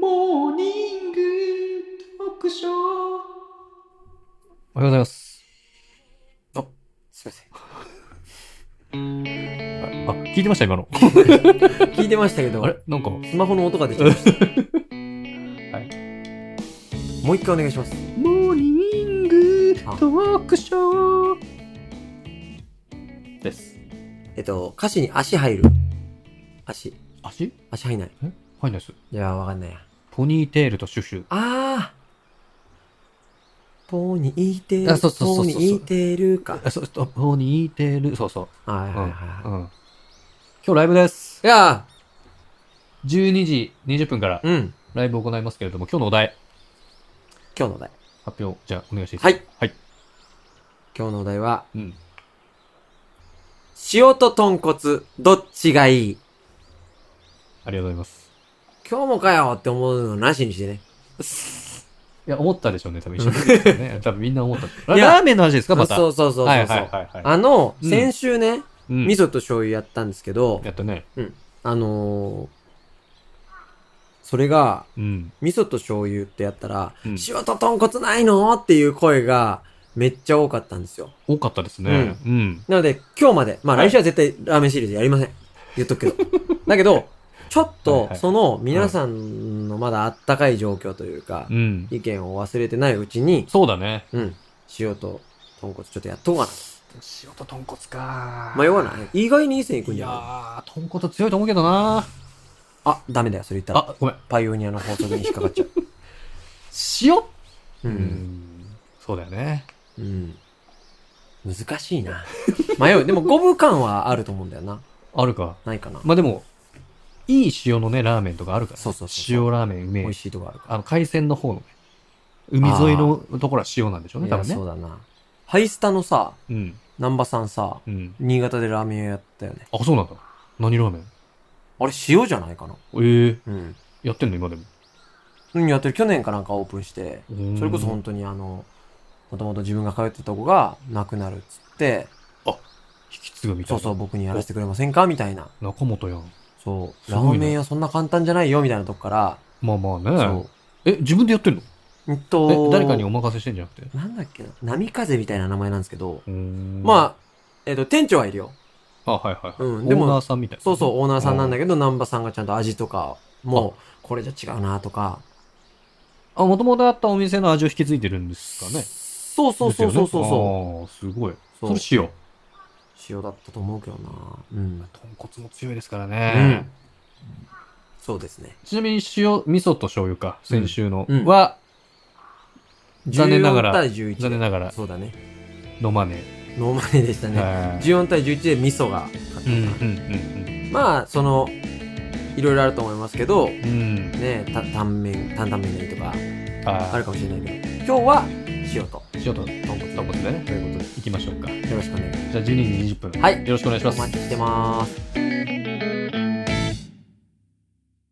モーニング特賞おはようございます。すいませあ、あ聞いてました今の。ん聞いてましたけどあれなんか、スマホの音が出ちゃいました はもう一回お願いしますモーニングクショーです。えっと歌詞に足入る足足足入んないえ入んないです。じゃあわかんないやポニーテールとシュシュ。あーポニーテあーそうルそうそうそポうニーテールかあ、そう、そうポニーテール、そうそう。はいはいはうん。うん。いは今日ライブです。いいや12時20分からーうんライブを行いますけれども、今日のお題、今日のお題発表、じゃあお願いしていいはですか。いはい。今日のお題はうん。塩と豚骨どっちがいいありがとうございます。今日もかよって思うのなしにしてねいや、思ったでしょうね、多分一緒 に。ね、多分みんな思った。いやラーメンの話ですかまた。そうそうそうそうそう、はいはいはいはい。あの、うん先週ね、うん味噌と醤油やったんですけど、やったね。あのーそれが、うん。味噌と醤油ってやったら、うん塩と豚骨ないのっていう声がめっちゃ多かったんですよ。多かったですね。うん。なので、今日まで、まあはい来週は絶対ラーメンシリーズやりません。言っとくけど。 だけど、ちょっはいとは、いその皆さんのまだあったかい状況というかう、ん。意見を忘れてないうちに、そうだね。うん、塩と豚骨ちょっとやっとこうか塩と豚骨かな。迷わない意外にいい線いくんいじやゃないー、豚骨強いと思うけどなあ、ダメだよ、それ言ったら。あ、ごめん。パイオニアの法則に引っかかっちゃう。塩う。うんん。そうだよね。うん。難しいな。迷う。でも、五分感はあると思うんだよな。あるか。ないかな。まあでも、いい塩のね、ラーメンとかあるからね。そうそうそうそう塩ラーメンうめ美え味。しいとこあるかあの、海鮮の方のね。海沿いのところは塩なんでしょうら。ね、い多や、分ねそう。だな。ハイスタのさ、うん。南波さんさ、うん。新潟でラーメン屋やったよね。あ、そうなんだ。何ラーメンあれ、塩じゃないかな。ええうん。やってんの今でも。うん、やってる。去年かなんかオープンして、それこそ本当にあの、もともと自分が通ってたとこがなくなるっつって、引き継ぐみたいそうな。そう、僕にやらせてくれませんかみたいな。中本やん。そう。すラごーいねメン屋そんな簡単じゃないよ、みたいなとこから、まあまあそね。え、自分でやってんのう。うんえと、誰かにお任せしてんじゃなくて。なんだっけな、波風みたいな名前なんですけど、ままあ、えっ、と、店長はいるよ。あ、あ、はいはいはい。うんでもオーナーさんみたいな。そうそう、オーナーさんなんだけけど、南波さんがちゃんと味とか、もう、これじゃ違うなとか。ど。あ、もともとあったお店の味を引き継いでるんですかね。そうそうそうそうそうそですよねあーすごい。そそうれ塩。う。塩だったと思うけどなうん。豚骨も強いですからうんね。。そうですね。ちなみに塩、味噌と醤油か、先週のうんは、残念ながら14対11。残念ながらそうだね。飲まねノーマネでしたえ。ね。はい14対11で味噌が勝ったうんうんかなまあ、その、いろいろあると思いますけど、ねうんうん。た、タンメン、担々麺がいいとか、うん。ああるかもしれないけど、今日は塩と。ー塩と豚骨、豚骨でね。ということで、いきましょうか。よろしくお願いします。じゃあ12時20分。はいよろしくお願いしまおす。待ちしてます。